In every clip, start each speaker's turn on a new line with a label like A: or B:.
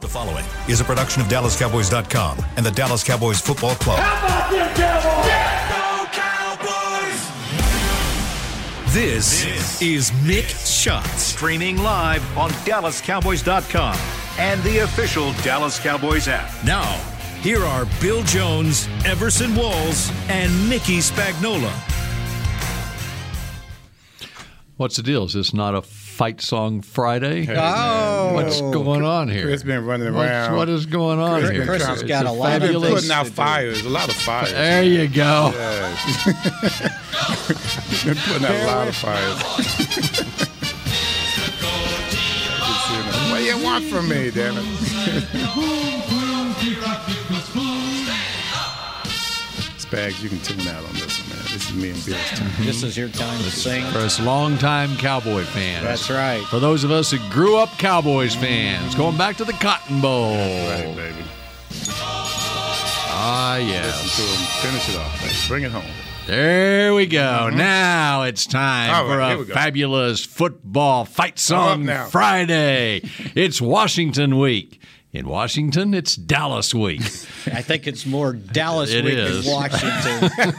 A: The following is a production of DallasCowboys.com and the Dallas Cowboys Football Club.
B: about them Cowboys?
C: This, is Mick Shots.
D: Streaming live on DallasCowboys.com and the official Dallas Cowboys app.
C: Now, here are Bill Jones, Everson Walls, and Mickey Spagnola.
E: What's the deal? Is this not a fight song Friday?
F: Oh,
E: What's going on here?
F: Chris been running
E: What's-
F: around.
E: what is going on
F: Chris
E: here?
F: been Chris has
E: It's
F: got
E: a
F: a lot of
E: fabulous-
F: putting out fires, a lot of fires.
E: There you go.
F: Been putting out a lot of fires. Just seeing them. what do you want from me, damn it? Spags, you can tune out on this one, man. This is me and Bill's time.
G: This is your time to sing.
E: For us longtime Cowboy fans.
G: That's right.
E: For those of us who grew up Cowboys fans, going back to the Cotton Bowl.
F: Right, baby.
E: Ah, yes.
F: Listen to him. Finish it off, baby. Bring it home.
E: There we go. Now it's time
F: Mm-hmm. All
E: for
F: right, here
E: a
F: we go.
E: fabulous football fight song
F: now.
E: Friday. it's Washington week. In Washington, it's Dallas week.
G: I think it's more Dallas
E: It
G: week
E: is.
G: in Washington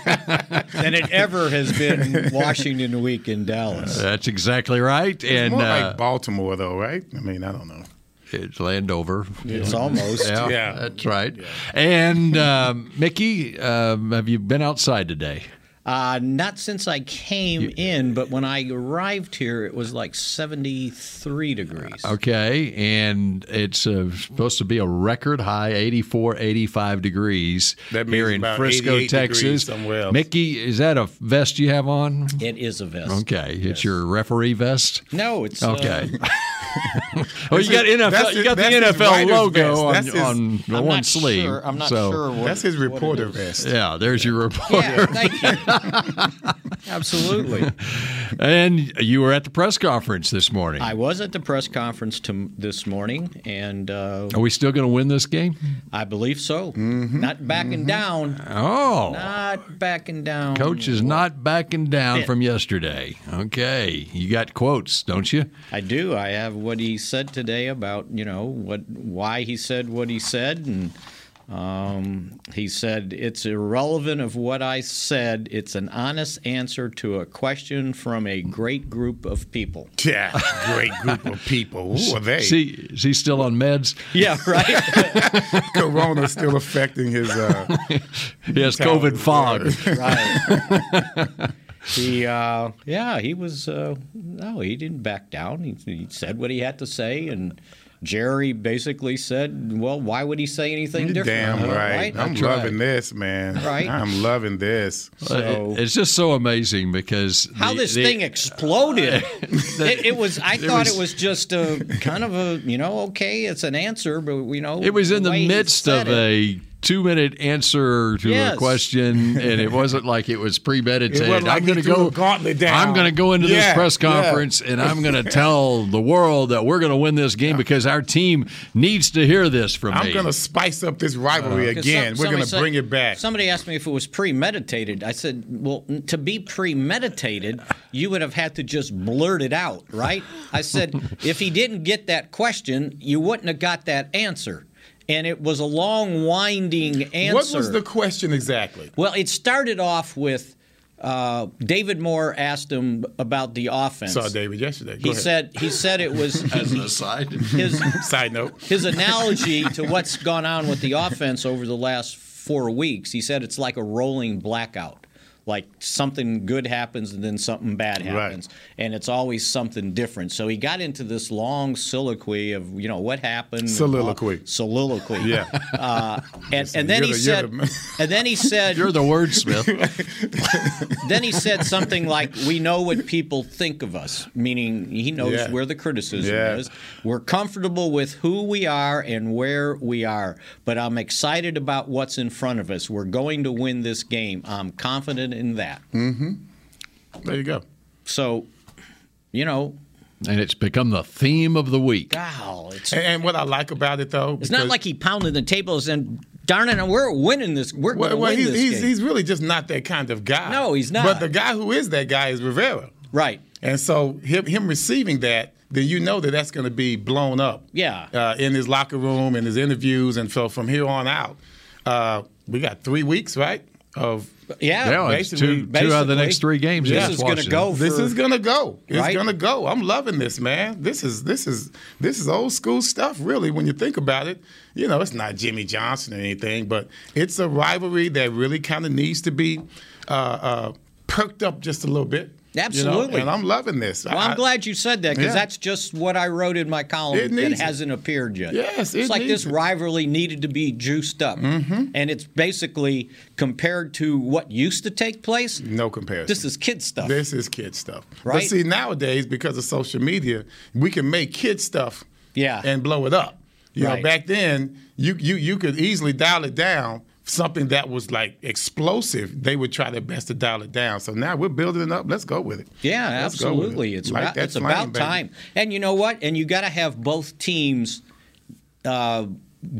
G: than it ever has been Washington week in Dallas.
E: That's exactly right. And
F: More
E: uh,
F: like Baltimore, though, right? I mean, I don't know.
E: it's Landover.
G: It's almost.
E: Yeah,
F: Yeah.
E: that's right. And um, Mickey, um, have you been outside today?
G: Uh, not since I came in, but when I arrived here, it was like 73 degrees.
E: Okay, and it's uh, supposed to be a record high 84, 85 degrees
F: That means
E: here in
F: about
E: Frisco,
F: 88 degrees
E: Texas.
F: somewhere else.
E: Mickey, is that a vest you have on?
G: It is a vest.
E: Okay, it's your referee vest.
G: No, it's uh,
E: Okay. well, you got
F: that's
E: NFL. You got the
F: his- that's his
E: NFL
F: writer's vest.
E: logo on,
F: That's his-
E: on the
G: I'm
E: one
G: not
E: sleeve.
G: Sure. I'm not
E: so,
G: sure. What,
F: That's his
G: what it
F: reporter
G: is.
F: vest.
E: Yeah, there's your report.
G: Yeah, thank you. Absolutely.
E: And you were at the press conference this morning.
G: I was at the press conference to, this morning, and uh,
E: Are we still going to win this game?
G: I believe so. Not backing down.
E: Oh.
G: Not backing down.
E: Coach is not backing down
G: Fit.
E: from yesterday. Okay. You got quotes, don't you?
G: I do. I have what he said today about you know what why he said what he said, and um, he said it's irrelevant of what I said. It's an honest answer to a question from a great group of people.
F: Yeah, great group of people. Who are they?
E: See, is he still on meds?
G: Yeah, right.
F: Corona still affecting his. Uh,
E: He has
F: Tell
E: COVID
F: him.
E: fog.
G: right. He, uh, yeah, he was. Uh, no, he didn't back down. He, he said what he had to say, and Jerry basically said, "Well, why would he say anything
F: you're
G: different?"
F: damn
G: Uh,
F: right. I'm
E: That's
F: loving
E: right.
F: this, man.
G: Right.
F: I'm loving this.
G: So-
E: It's just so amazing because
G: how
E: the-
G: this
E: the-
G: thing exploded. it, it was. I thought
E: was-
G: it was just a kind of a you know okay, it's an answer, but you know
E: It was in the
G: way he
E: midst
G: said it.
E: of a two minute answer to a
G: Yes.
E: question, and it wasn't like it was premeditated.
F: It wasn't like
E: I'm
F: he
E: going to
F: threw
E: go.
F: a gauntlet down.
E: I'm going to go into this
F: Yeah,
E: press
F: yeah.
E: conference, and I'm going to tell the world that we're going to win this game because our team needs to hear this from
F: I'm
E: me.
F: going to spice up this rivalry
G: Uh, 'Cause
F: again.
G: some-
F: We're
G: somebody
F: going to
G: said-
F: bring it back.
G: Somebody asked me if it was premeditated. I said, well, n- to be premeditated, you would have had to just blurt it out, right? I said, if he didn't get that question, you wouldn't have got that answer. And it was a long, winding answer.
F: what was the question exactly?
G: Well, it started off with uh, David Moore asked him about the offense.
F: Saw David yesterday. Go
G: He
F: ahead.
G: said he said it was
E: As an aside.
G: his
F: Side note.
G: his analogy to what's gone on with the offense over the last four weeks. He said it's like a rolling blackout. Like something good happens and then something bad
F: Right.
G: happens, and it's always something different. So he got into this long soliloquy of you know what happened. and all-
F: Soliloquy.
G: soliloquy.
F: Yeah.
G: Uh, and, and then he
F: You're the- you're
G: said,
F: the-
G: and then he said,
E: You're the wordsmith.
G: then he said something like, "We know what people think of us," meaning he knows
F: Yeah.
G: where the criticism
F: Yeah.
G: is. We're comfortable with who we are and where we are, but I'm excited about what's in front of us. We're going to win this game. I'm confident in that.
F: There you go.
G: So, you know,
E: and it's become the theme of the week.
G: wow, it's
F: And, and what I like about it, though,
G: it's not like he pounded the tables and darn it, we're winning this. We're going
F: Well,
G: to
F: well
G: win
F: he's,
G: this
F: he's,
G: game.
F: he's really just not that kind of guy.
G: No, he's not.
F: But the guy who is that guy is Rivera.
G: right.
F: And so him, him receiving that then you know that that's going to be blown up.
G: Yeah.
F: Uh, in his locker room, in his interviews, and so from here on out, uh, we got three weeks, right? Of
G: Yeah,
E: Yeah, it's two,
G: basically-
E: two out of the next three games.
G: This
E: against
G: is going to
E: Washington.
G: go. For,
F: this is gonna go. It's
G: Right?
F: gonna go. I'm loving this, man. This is this is this is old school stuff, really. When you think about it, you know, it's not Jimmy Johnson or anything, but it's a rivalry that really kind of needs to be uh, uh, perked up just a little bit. you know?
G: Absolutely.
F: And I'm loving this.
G: Well, I'm
F: I-
G: glad you said that because
F: Yeah.
G: that's just what I wrote in my column
F: It
G: that
F: needs it.
G: hasn't appeared yet.
F: Yes, it
G: it's like
F: needs
G: this
F: it. Mm-hmm.
G: rivalry needed to be juiced up, and it's basically compared to what used to take place.
F: no comparison.
G: This is kid stuff.
F: This is kid stuff. But
G: Right?
F: see, nowadays, because of social media, we can make kid stuff
G: Yeah.
F: and blow it up. You
G: Right.
F: know, back then, you, you you could easily dial it down. Something that was like explosive, they would try their best to dial it down. So now we're building it up. Let's go with it.
G: Yeah,
F: Let's go with it.
G: absolutely. It's
F: Light
G: about,
F: that
G: it's
F: flame,
G: about
F: baby.
G: time. And you know what? And you got to have both teams uh,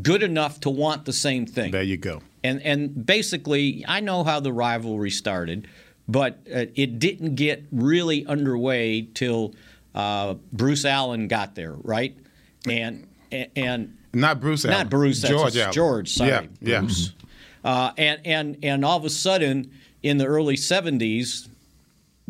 G: good enough to want the same thing.
F: There you go.
G: And and basically, I know how the rivalry started, but uh, it didn't get really underway till uh, Bruce Allen got there, right? And and
F: Not Bruce Allen.
G: not Bruce, that's
F: George Allen.
G: George, sorry,
F: Yeah, yeah.
G: Bruce. Uh, and and and all of a sudden, in the early '70s,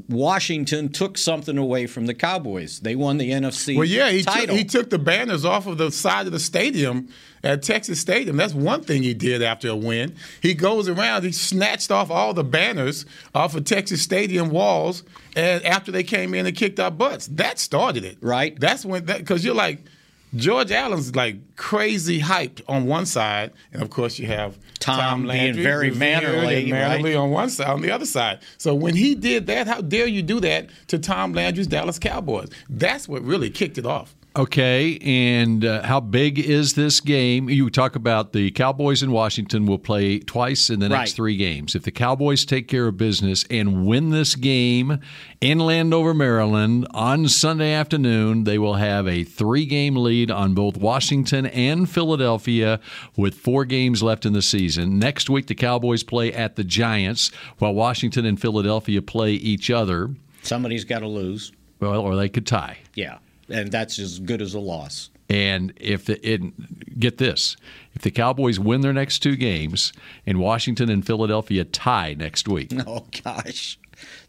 G: Washington took something away from the Cowboys. They won the NFC
F: Well, yeah, he took,
G: title.
F: he took the banners off of the side of the stadium at Texas Stadium. That's one thing he did after a win. He goes around, he snatched off all the banners off of Texas Stadium walls, and after they came in and kicked our butts, that started it.
G: Right.
F: That's when that because you're like. George Allen's like crazy hyped on one side, and of course you have
G: Tom being
F: Landry,
G: very
F: who's weird and
G: mannerly,
F: mannerly
G: right?
F: on one side, on the other side. So when he did that, how dare you do that to Tom Landry's Dallas Cowboys? That's what really kicked it off.
E: Okay, and uh, how big is this game? You talk about the Cowboys in Washington will play twice in the next
G: Right.
E: three games. If the Cowboys take care of business and win this game in Landover, Maryland on Sunday afternoon, they will have a three game lead on both Washington and Philadelphia with four games left in the season. Next week, the Cowboys play at the Giants while Washington and Philadelphia play each other.
G: Somebody's got to lose.
E: Well, or they could tie.
G: Yeah, and that's as good as a loss.
E: And if the, it, get this, if the Cowboys win their next two games and Washington and Philadelphia tie next week,
G: Oh gosh,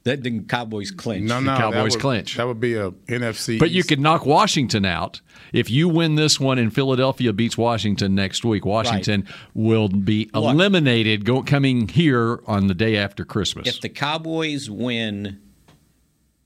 G: that didn't Cowboys clinch.
F: No, no, that
E: Cowboys
F: would,
E: clinch.
F: That would be a NFC.
E: but you
F: East.
E: could knock Washington out if you win this one and Philadelphia beats Washington next week. Washington will be eliminated go, coming here on the day after Christmas.
G: If the Cowboys win,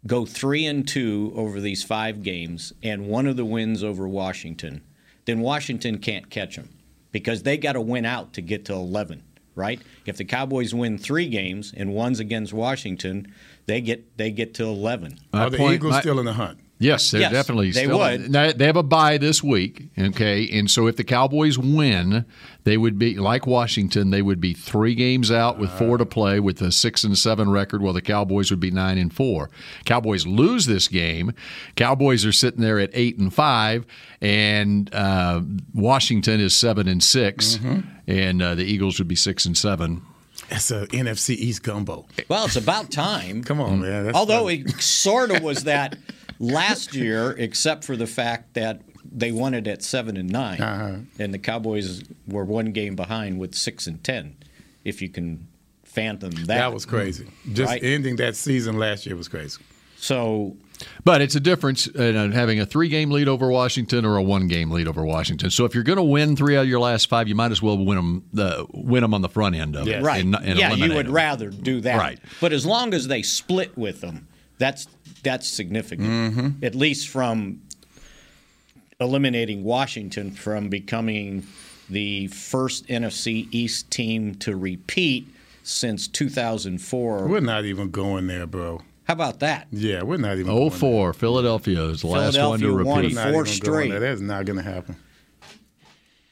G: go three and two over these five games, and one of the wins over Washington, then Washington can't catch them because they got to win out to get to 11, right? If the Cowboys win three games and one's against Washington, they get they get to 11.
E: My
F: Are the
E: point-
F: Eagles
E: my-
F: still in the hunt?
E: Yes, they're
G: Yes,
E: definitely
G: they
E: still-
G: would.
E: Now, they have a bye this week, okay, and so if the Cowboys win, they would be like Washington. They would be three games out with four to play, with a six and seven record, while the Cowboys would be nine and four. Cowboys lose this game, Cowboys are sitting there at eight and five, and uh, Washington is seven and 6
G: Mm-hmm.
E: and uh, the Eagles would be six and seven.
F: That's a NFC East gumbo.
G: Well, it's about time.
F: Come
E: Mm.
F: on, man. That's
G: Although it sort of was that last year, except for the fact that they won it at seven and 9
F: Uh-huh.
G: and the Cowboys were one game behind with six and ten. If you can fathom that,
F: that was crazy. Just
G: Right.
F: ending that season last year was crazy.
G: so.
E: But it's a difference in uh, having a three game lead over Washington or a one game lead over Washington. So if you're going to win three out of your last five, you might as well win them, uh, win 'em on the front end of it.
F: Yes.
G: Right?
E: and not- and
G: yeah, you
E: eliminate
G: would
E: 'em.
G: rather do that.
E: Right.
G: But as long as they split with them, that's that's significant.
E: Mm-hmm.
G: At least from eliminating Washington from becoming the first NFC East team to repeat since 2004.
F: We're not even going there, bro.
G: How about that?
F: Yeah, we're not even.
E: Oh
F: going there.
E: four, Philadelphia is the last one to
G: Philadelphia won four
E: repeat
F: We're not even going
G: straight.
F: there. That's not going to happen.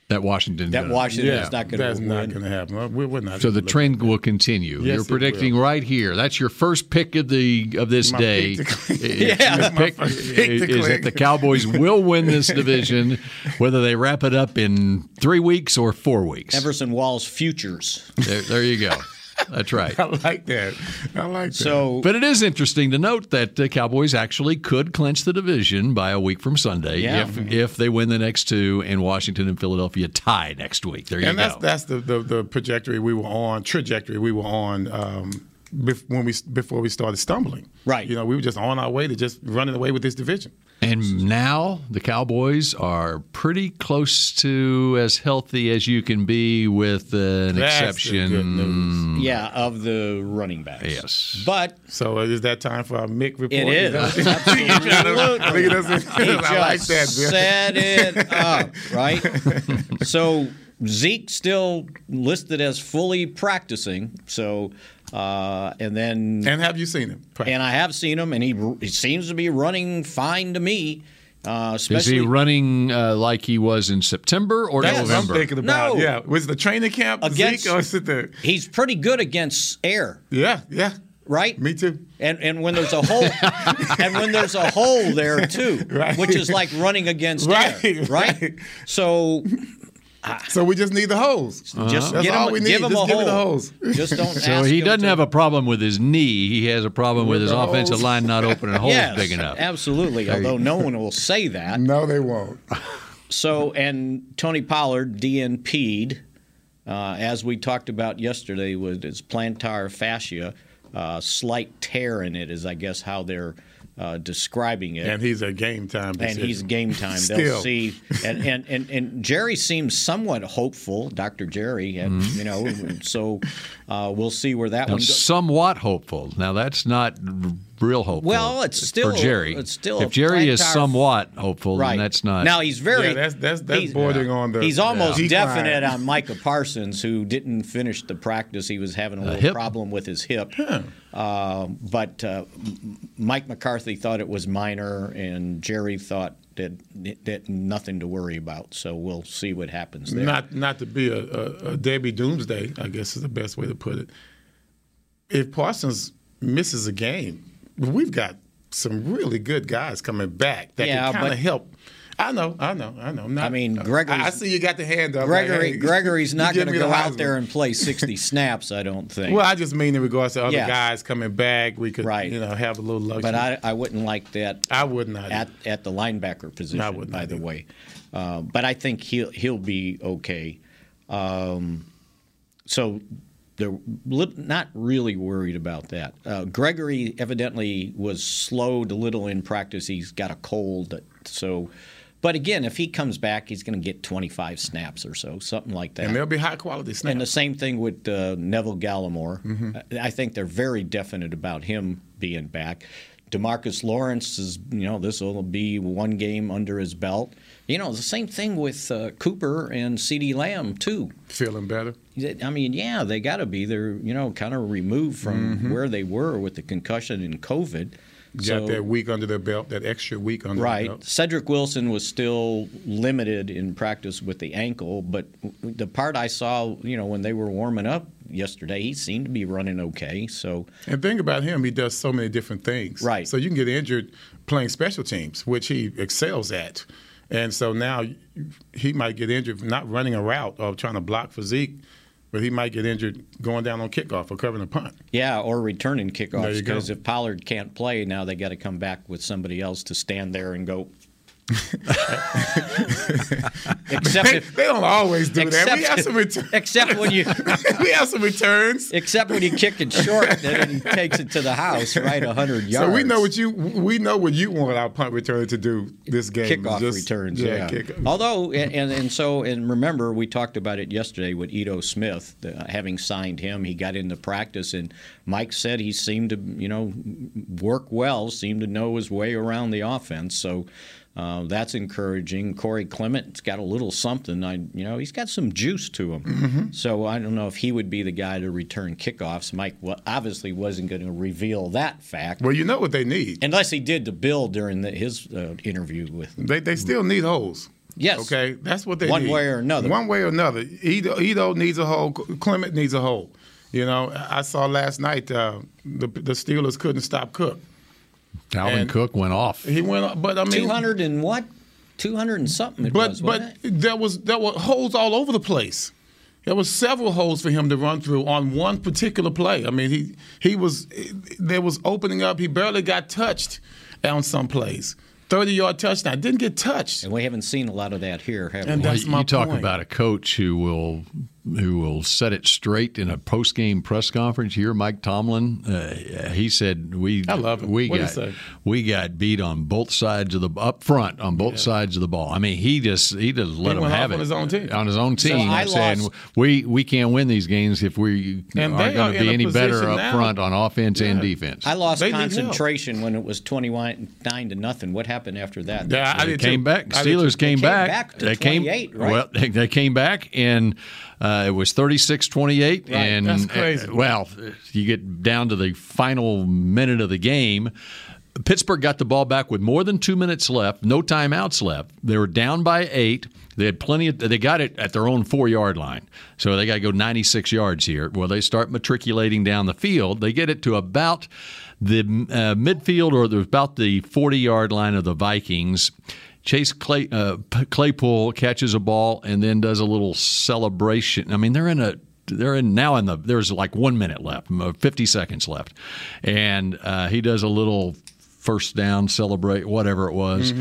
E: that Washington.
G: That
E: did it.
G: Washington is not going
F: That's
G: to
F: not
G: win.
F: going to happen. We're, we're not.
E: So
F: even
E: the
F: looking.
E: trend will continue.
F: Yes,
E: You're
F: it will.
E: predicting right here. That's your first pick of the of this
F: My
E: day.
F: pick to-
E: Is- your pick
F: first pick to
E: is that
F: click.
E: the Cowboys will win this division, whether they wrap it up in three weeks or four weeks.
G: Everson Wall's futures.
E: There, there you go. That's right.
F: I like that. I like that.
G: So
E: But it is interesting to note that the Cowboys actually could clinch the division by a week from Sunday
G: Yeah.
E: if if they win the next two and Washington and Philadelphia tie next week. There you
F: and that's
E: go.
F: that's the, the the trajectory we were on trajectory we were on um, bef- when we before we started stumbling.
G: Right.
F: You know, we were just on our way to just running away with this division.
E: And now the Cowboys are pretty close to as healthy as you can be with an
F: That's the good
E: exception.
F: news.
G: yeah, of the running backs.
E: Yes.
G: But
F: So uh, is that time for our Mick report?
G: it is.
F: that-
G: Absolutely.
F: Look at us.
G: He
F: I like
G: just
F: that.
G: Set
F: Bill.
G: it up, right? so Zeke still listed as fully practicing. So, uh, and then
F: And have you seen him?
G: and I have seen him, and he, he seems to be running fine to me. Uh,
E: Is
G: especially
E: he running uh, like he was in September or
F: That's what I'm
E: November?
F: thinking about.
G: No.
F: Yeah. Was the training camp
G: Against-
F: Zeke or is it the?
G: he's pretty good against air,
F: Yeah. Yeah.
G: right?
F: Me too.
G: And and when there's a hole, and when there's a hole there too,
F: Right.
G: which is like running against air,
F: Right,
G: right?
F: right.
G: So
F: So we just need the holes.
G: just
F: That's
G: get him,
F: all we need.
G: give him
F: Just
G: a
F: give me the
G: hole.
F: holes.
G: Just don't.
E: So
G: ask
E: he
G: him
E: doesn't
G: to-
E: have a problem with his knee. He has a problem with his
F: the
E: offensive
F: holes.
E: line not opening holes
G: Yes,
E: big enough.
G: absolutely. Although no one will say that.
F: No, they won't.
G: So, and Tony Pollard DNP'd, uh, as we talked about yesterday, with his plantar fascia, uh, slight tear in it is, I guess, how they're uh, describing it.
F: And he's a game time.
G: And
F: Decision.
G: he's game time. They'll
F: Still.
G: see. And, and, and, and Jerry seems somewhat hopeful, Dr. Jerry, and,
F: Mm-hmm.
G: you know, so uh, we'll see where that one
E: I'm
G: goes.
E: somewhat hopeful. Now that's not r- real hopeful.
G: Well, it's still-
E: for Jerry.
G: it's still
E: if
G: a
E: Jerry
G: flat
E: is
G: tire-
E: somewhat hopeful, then that's not.
G: Now he's very.
F: Yeah, that's- that's- that's
G: he's-
F: bordering on the-
G: He's almost
F: Yeah. decline.
G: definite on Micah Parsons, who didn't finish the practice. He was having a little
E: hip.
G: problem with his hip. Um, but uh, M- Mike McCarthy thought it was minor, and Jerry thought that, that nothing to worry about. So we'll see what happens there.
F: Not not to be a, a, a Debbie Doomsday, I guess is the best way to put it. If Parsons misses a game, we've got some really good guys coming back that
G: Yeah,
F: can kind
G: but-
F: of help. I know, I know, I know. I'm Not,
G: I mean, Gregory's-
F: I, I see you got the hand up. like,
G: Gregory
F: hey,
G: Gregory's
F: you
G: not
F: give
G: going to
F: me the
G: go out
F: Heisman.
G: there and play 60 snaps, I don't think.
F: Well, I just mean in regards to other
G: Yes.
F: guys coming back, we could
G: Right.
F: you know have a little luxury.
G: but I, I wouldn't like that
F: I would not.
G: at, at the linebacker position,
F: I would not
G: by the
F: either.
G: way. Uh, but I think he'll he'll be okay. Um, so they're li- not really worried about that. Uh, Gregory evidently was slowed a little in practice. He's got a cold, so. But again, if he comes back, he's going to get 25 snaps or so, something like that.
F: and there'll be high quality snaps.
G: And the same thing with uh, Neville Gallimore.
F: Mm-hmm.
G: I I think they're very definite about him being back. Demarcus Lawrence is, you know, this will be one game under his belt. You know, the same thing with uh, Cooper and C.D. Lamb too.
F: Feeling better.
G: I mean, yeah, they got to be. They're, you know, kind of removed from where they were with the concussion and COVID.
F: Mm-hmm. got that week under their belt, that extra week under
G: Right.
F: their belt.
G: Cedric Wilson was still limited in practice with the ankle, but w- the part I saw, you know, when they were warming up yesterday, he seemed to be running okay. So,
F: And think about him, he does so many different things.
G: Right.
F: So you can get injured playing special teams, which he excels at. And so now he might get injured from not running a route or trying to block for Zeke, but he might get injured going down on kickoff or covering a punt.
G: yeah, or returning
F: There
G: kickoffs
F: you go.
G: because if Pollard can't play, now they got to come back with somebody else to stand there and go. except
F: They,
G: if,
F: they don't always do that. We
G: Except-
F: have some returns.
G: except when you
F: we have some returns.
G: except when you kick it short, then he takes it to the house right hundred yards.
F: So we know what you we know what you want our punt returner to do this game.
G: kickoff
F: Just-
G: returns.
F: Yeah,
G: Yeah.
F: kick-
G: Although, and, and and so, and remember, we talked about it yesterday with Ito Smith. uh, having signed him, he got into practice, and Mike said he seemed to, you know, work well, seemed to know his way around the offense. So. Uh, that's encouraging. Corey Clement's got a little something. I, you know, he's got some juice to him.
F: Mm-hmm.
G: So I don't know if he would be the guy to return kickoffs. Mike wa- obviously wasn't going to reveal that fact,
F: Well, you know what they need.
G: unless he did to Bill during the, his uh, interview with
F: They they still need holes.
G: Yes.
F: Okay. That's what they
G: One
F: need.
G: way or another.
F: One way or another. Edo, Edo needs a hole. Clement needs a hole. You know, I saw last night uh, the the Steelers couldn't stop Cook.
E: Dalvin
F: and-
E: Cook went off.
F: He went, up- but I mean,
G: Two hundred and what? Two hundred and something. It
F: But
G: was,
F: but
G: wasn't it?
F: there was there were holes all over the place. There was several holes for him to run through on one particular play. I mean, he he was there was opening up. He barely got touched on some plays. Thirty yard touchdown didn't get touched.
G: And we haven't seen a lot of that here, have
F: And
G: we?
F: that's
E: you
F: my
E: talk
F: point.
E: about a coach who will who will set it straight in a post game press conference. Here, Mike Tomlin, uh, he said we
F: I love him.
E: we
F: What'd
E: got
F: he say?
E: we got beat on both sides of the up front on both sides of the ball. I mean, he just he just let
F: He
E: him
F: went
E: have
F: off on
E: it
F: his own team.
E: on his own
G: So
E: team,
G: I
E: I'm saying
G: lost-
E: we we can't win these games if we
F: And
E: aren't
F: they are
E: going to
F: in
E: be
F: a
E: any better
F: position
E: up
F: now-
E: front on offense and defense.
G: I lost
F: They need help.
G: concentration when it was 29 to nothing. What happened after that?
F: Yeah, I
E: they
F: did
E: came
F: too.
E: back.
F: I did
E: Steelers
F: too.
E: came,
G: came
E: back.
G: back to 28, right?
E: Well, they, they came back, and uh, it was 36-28. And
F: That's crazy.
E: uh, well, you get down to the final minute of the game. Pittsburgh got the ball back with more than two minutes left, no timeouts left. They were down by eight. They had plenty of. They got it at their own four yard line, so they got to go 96 yards here. Well, they start matriculating down the field. They get it to about the uh, midfield or the, about the 40 yard line of the Vikings. Chase Clay, uh, P- Claypool catches a ball and then does a little celebration. I mean, they're in a they're in now in the there's like one minute left, m- 50 seconds left, and uh, he does a little first down celebrate whatever it was.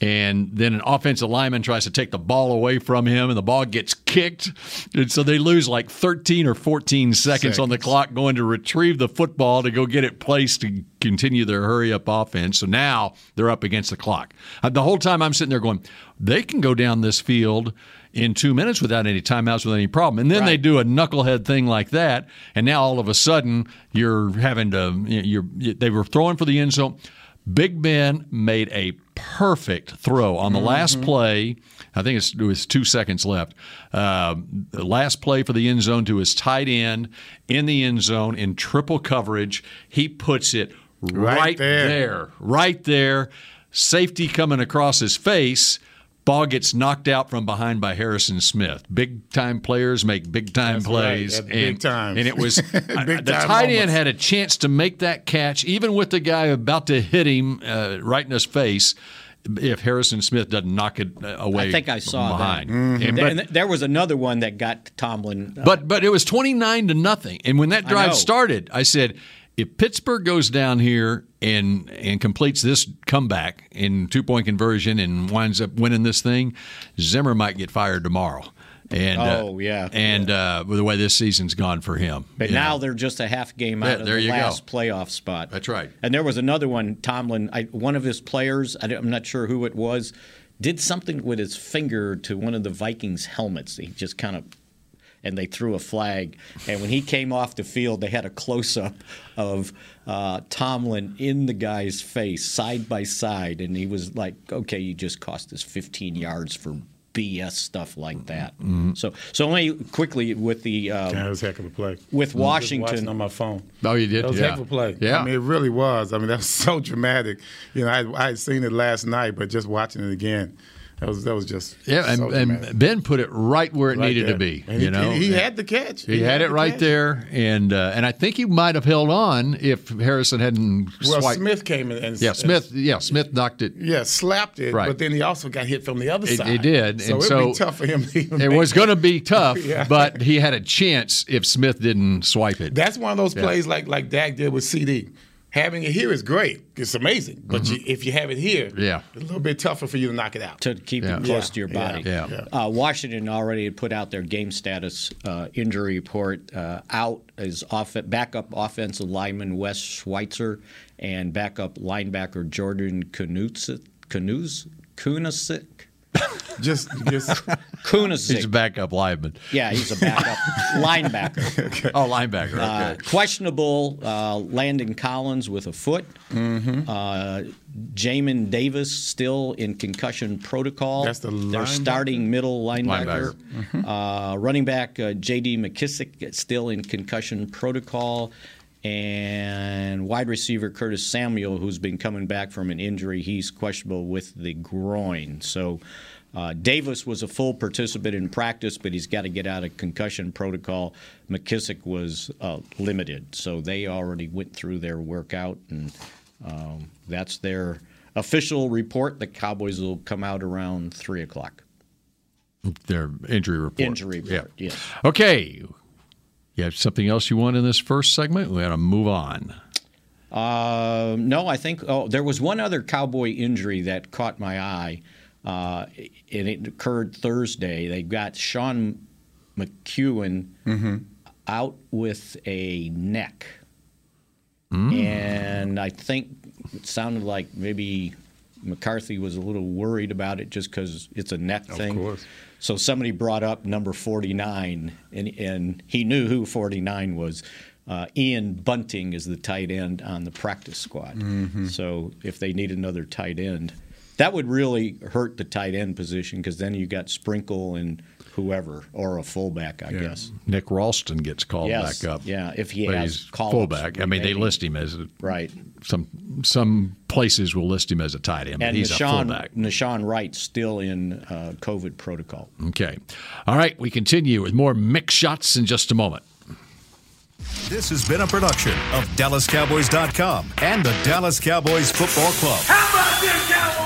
E: And then an offensive lineman tries to take the ball away from him, and the ball gets kicked. And so they lose like 13 or 14 seconds, on the clock going to retrieve the football to go get it placed to continue their hurry up offense. So now they're up against the clock. Uh, The whole time I'm sitting there going, they can go down this field in two minutes without any timeouts, with any problem. And then they do a knucklehead thing like that. And now all of a sudden you're having to, you're, they were throwing for the end zone. Big Ben made a perfect throw on the last play. I think it's, it was two seconds left. Um, the last play for the end zone to his tight end in the end zone in triple coverage. He puts it right,
F: there.
E: there, right there. Safety coming across his face. Ball gets knocked out from behind by Harrison Smith. Big time players make big time
F: That's right,
E: plays.
F: at big
E: and,
F: times.
E: and it was I-
F: Big
E: the
F: time
E: tight end
F: moments.
E: had a chance to make that catch, even with the guy about to hit him uh, right in his face. If Harrison Smith doesn't knock it uh, away,
G: I think I saw that.
E: behind.
G: And
F: Mm-hmm.
E: And-
G: th-
E: but-
G: and th- there was another one that got Tomlin. uh,
E: but but it was 29 to nothing. And when that drive
G: know.
E: started, I said, if Pittsburgh goes down here and and completes this comeback in two point conversion and winds up winning this thing, Zimmer might get fired tomorrow. And uh,
G: Oh, yeah.
E: and Uh, with the way this season's gone for him.
G: But
E: Yeah.
G: now they're just a half game
E: Yeah,
G: out of
E: there you
G: the
E: go.
G: last playoff spot.
E: That's right.
G: And there was another one, Tomlin, I, one of his players, I, am not sure who it was, did something with his finger to one of the Vikings' helmets. He just kind of, and they threw a flag. And when he came off the field, they had a close up of uh, Tomlin in the guy's face, side by side. And he was like, okay, you just cost us 15 yards for. BS stuff like that.
E: Mm-hmm.
G: So, so only quickly with the um,
F: Yeah, it was a heck of a play.
G: With
F: I'm just
G: Washington.
F: watching on my phone.
E: Oh, you did?
F: That was a
E: Yeah.
F: heck of a play.
E: Yeah.
F: I mean, it really was. I mean, that was so dramatic. You know, I, I had seen it last night, but just watching it again, that was that was just
E: Yeah, and,
F: so dramatic.
E: and Ben put it right where it
F: Right
E: needed
F: there.
E: to be.
F: And
E: you
F: he,
E: know,
F: he, he had the catch.
E: He had it
F: the
E: right
F: catch.
E: there, and uh, and I think he might have held on if Harrison hadn't
F: Well,
E: swiped.
F: Smith came in and
E: yeah, Smith. Yeah, Smith knocked it.
F: Yeah, slapped it,
E: Right.
F: but then he also got hit from the other
E: He- he
F: side.
E: did,
F: so
E: and
F: it'd
E: so
F: be tough for him. To even
E: It
F: make
E: was
F: that.
E: going to be tough,
F: Yeah.
E: but he had a chance if Smith didn't swipe it.
F: That's one of those plays like like Dak did with CD. Having it here is great. It's amazing. But you, if you have it here,
E: Mm-hmm. Yeah.
F: it's a little bit tougher for you to knock it out.
G: to keep
E: Yeah.
G: it close
F: Yeah.
G: to your body.
E: Yeah. Yeah.
G: Uh, Washington already had put out their game status uh, injury report. Uh, out is off- backup offensive lineman Wes Schweitzer and backup linebacker Jordan Kunuz Kunasik.
F: Just just
E: He's a
G: Kunasik.
E: backup lineman.
G: Yeah, he's a backup linebacker.
E: Oh, linebacker. Okay.
G: Uh, questionable uh, Landon Collins with a foot.
F: Mm-hmm.
G: Uh, Jamin Davis still in concussion protocol.
F: That's the
G: Their
F: linebacker?
G: starting middle linebacker. Uh, running back uh, J.D. McKissick still in concussion protocol. And wide receiver Curtis Samuel, who's been coming back from an injury, he's questionable with the groin. So uh, Davis was a full participant in practice, but he's got to get out of concussion protocol. McKissick was uh, limited, so they already went through their workout, and um, that's their official report. The Cowboys will come out around three o'clock.
E: Their injury report.
G: Uh, Injury report, yes.
E: Okay. You have something else you want in this first segment? We got to move on.
G: Uh, no, I think oh, there was one other cowboy injury that caught my eye, uh, and it occurred Thursday. They got Sean McEwen out with a neck, and I think it sounded like maybe McCarthy was a little worried about it just because it's a neck thing.
F: course.
G: So somebody brought up number 49, and, and he knew who 49 was. Uh, Ian Bunting is the tight end on the practice squad. So if they need another tight end, that would really hurt the tight end position because then you got Sprinkle and whoever, or a fullback, I guess.
E: Nick Ralston gets called
G: Yes,
E: back up.
G: yeah, if he
E: But
G: has
E: he's
G: call-ups
E: fullback. I mean, they
G: remaining.
E: list him as a-
G: Right.
E: some some places will list him as a tight end. but
G: And
E: he's a
G: Nashawn,
E: fullback.
G: Nashawn Wright's still in uh, COVID protocol.
E: Okay. All right. We continue with more mix shots in just a moment.
A: This has been a production of DallasCowboys.com and the Dallas Cowboys Football Club.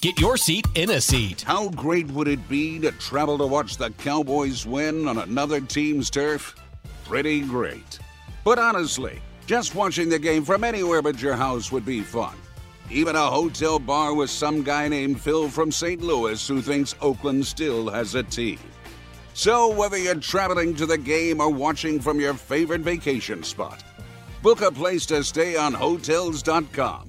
H: Get your seat in a seat.
I: How great would it be to travel to watch the Cowboys win on another team's turf? Pretty great. But honestly, just watching the game from anywhere but your house would be fun. Even a hotel bar with some guy named Phil from St. Louis who thinks Oakland still has a team. So, whether you're traveling to the game or watching from your favorite vacation spot, book a place to stay on Hotels.com.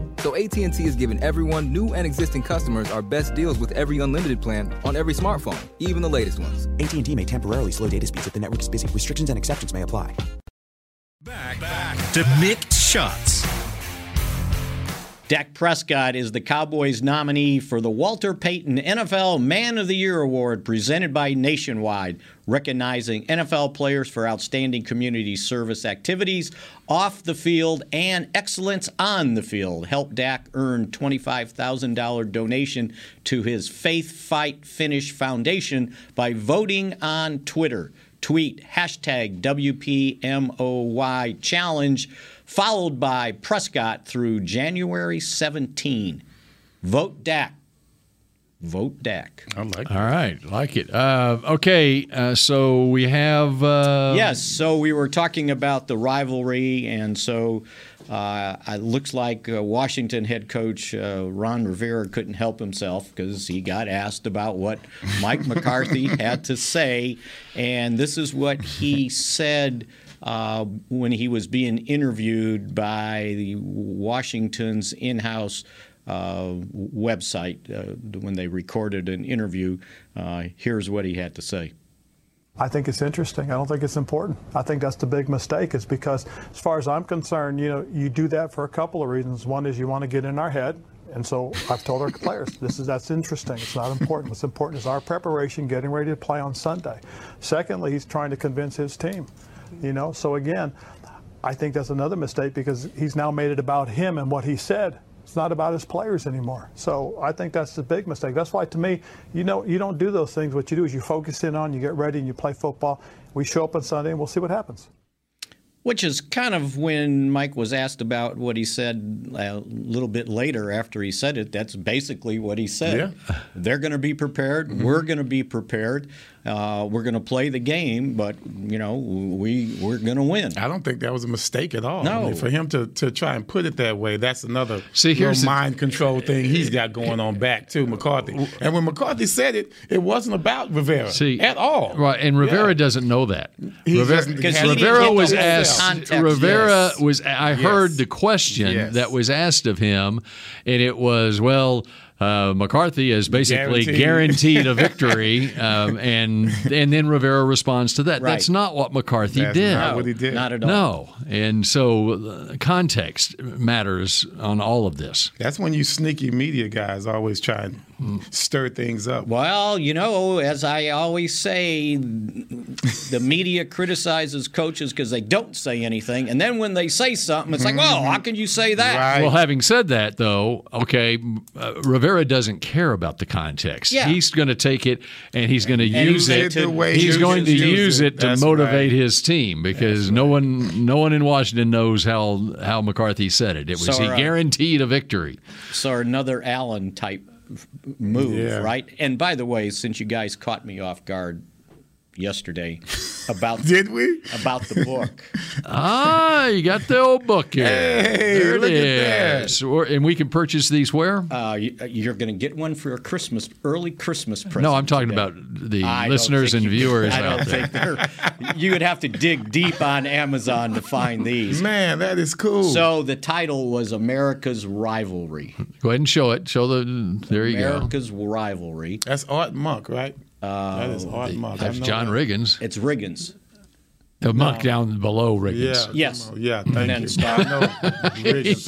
J: So AT&T is giving everyone, new and existing customers, our best deals with every unlimited plan on every smartphone, even the latest ones.
H: AT&T may temporarily slow data speeds if the network is busy. Restrictions and exceptions may apply.
C: Back, back to mixed shots.
G: Dak Prescott is the Cowboys nominee for the Walter Payton NFL Man of the Year Award presented by Nationwide, recognizing NFL players for outstanding community service activities off the field and excellence on the field. Help Dak earn $25,000 donation to his Faith Fight Finish Foundation by voting on Twitter tweet hashtag WPMOY challenge, followed by Prescott through January 17. Vote Dak. Vote Dak.
F: I like
E: All right. Like it. Uh, okay. Uh, so we have. Uh,
G: yes, so we were talking about the rivalry, and so uh, it looks like uh, Washington head coach uh, Ron Rivera couldn't help himself because he got asked about what Mike McCarthy had to say, and this is what he said. Uh, when he was being interviewed by the Washington's in-house uh, website, uh, when they recorded an interview, uh, here's what he had to say.
J: I think it's interesting. I don't think it's important. I think that's the big mistake is because as far as I'm concerned, you know, you do that for a couple of reasons. One is you want to get in our head. And so I've told our players, this is that's interesting. It's not important. What's important is our preparation, getting ready to play on Sunday. Secondly, he's trying to convince his team. You know, so again, I think that's another mistake because he's now made it about him and what he said. It's not about his players anymore. So I think that's the big mistake. That's why, to me, you know, you don't do those things. What you do is you focus in on, you get ready, and you play football. We show up on Sunday, and we'll see what happens.
G: which is kind of when Mike was asked about what he said a little bit later after he said it. That's basically what he said. They're going to be prepared.
F: Mm-hmm.
G: We're going to be prepared. Uh, we're going to play the game, but you know we we're going to win.
F: I don't think that was a mistake at all. I
G: No.
F: mean, for him to, to try and put it that way, that's another
E: See,
F: little
E: here's the- Eh,
F: mind control thing he's got going on back too, McCarthy. And when McCarthy said it, it wasn't about Rivera
E: See,
F: at all.
E: Right, and Rivera doesn't know that.
F: He
E: Rivera,
F: doesn't-
G: 'Cause he didn't
E: Rivera
G: get the
E: was
G: whole
E: asked.
G: context,
E: Rivera
G: yes.
E: was. I heard the question
F: Yes.
E: that was asked of him, and it was well. Uh, McCarthy has basically
F: Guaranteed.
E: guaranteed a victory, um, and and then Rivera responds to that.
G: Right.
E: That's not what McCarthy
F: That's
E: did.
F: not what he did.
G: Not at all.
E: No, and so uh, context matters on all of this.
F: That's when you sneaky media guys always try and
E: Hmm.
F: stir things up.
G: Well, you know, as I always say, the media criticizes coaches because they don't say anything, and then when they say something, it's like, "Well, how can you say that?"
F: Mm-hmm. Right.
E: Well, having said that, though, okay, uh, Rivera doesn't care about the context.
G: Yeah.
E: He's going to take it and he's going to
G: And
E: use
G: use
E: it.
G: it the way
E: he's
G: he
E: going to
G: chooses to
E: use,
G: use
E: it,
F: it.
E: to
F: That's
E: motivate
F: right.
E: his team because no one, no one in Washington knows how how McCarthy said it. It was
G: So,
E: he
G: uh,
E: guaranteed a victory.
G: So another Allen type f- move,
F: Yeah.
G: right? And by the way, since you guys caught me off guard yesterday about
F: Did we?
G: about the book,
E: Ah, you got the old book here.
F: Hey,
E: there it
F: look at that.
E: is. Or- and we can purchase these where?
G: uh, you, you're going to get one for a Christmas early Christmas present.
E: no, I'm talking
G: today.
E: about the
G: I don't
E: listeners
G: think
E: and
G: you-
E: viewers
G: I
E: out
G: don't
E: there.
G: think they're- you would have to dig deep on Amazon to find these.
F: Man, that is cool.
G: So the title was America's Rivalry.
E: Go ahead and show it. Show the. There you go.
G: America's Rivalry.
F: That's Art Monk, right?
G: Uh,
F: that is Art Monk. I
E: That's
F: know
E: John
F: that.
E: Riggins.
G: It's Riggins.
E: The muck down below Riggins.
F: Yeah.
G: Yes.
F: come on. Yeah. Thank
G: then
F: you.
G: stop.
F: I know. Riggins.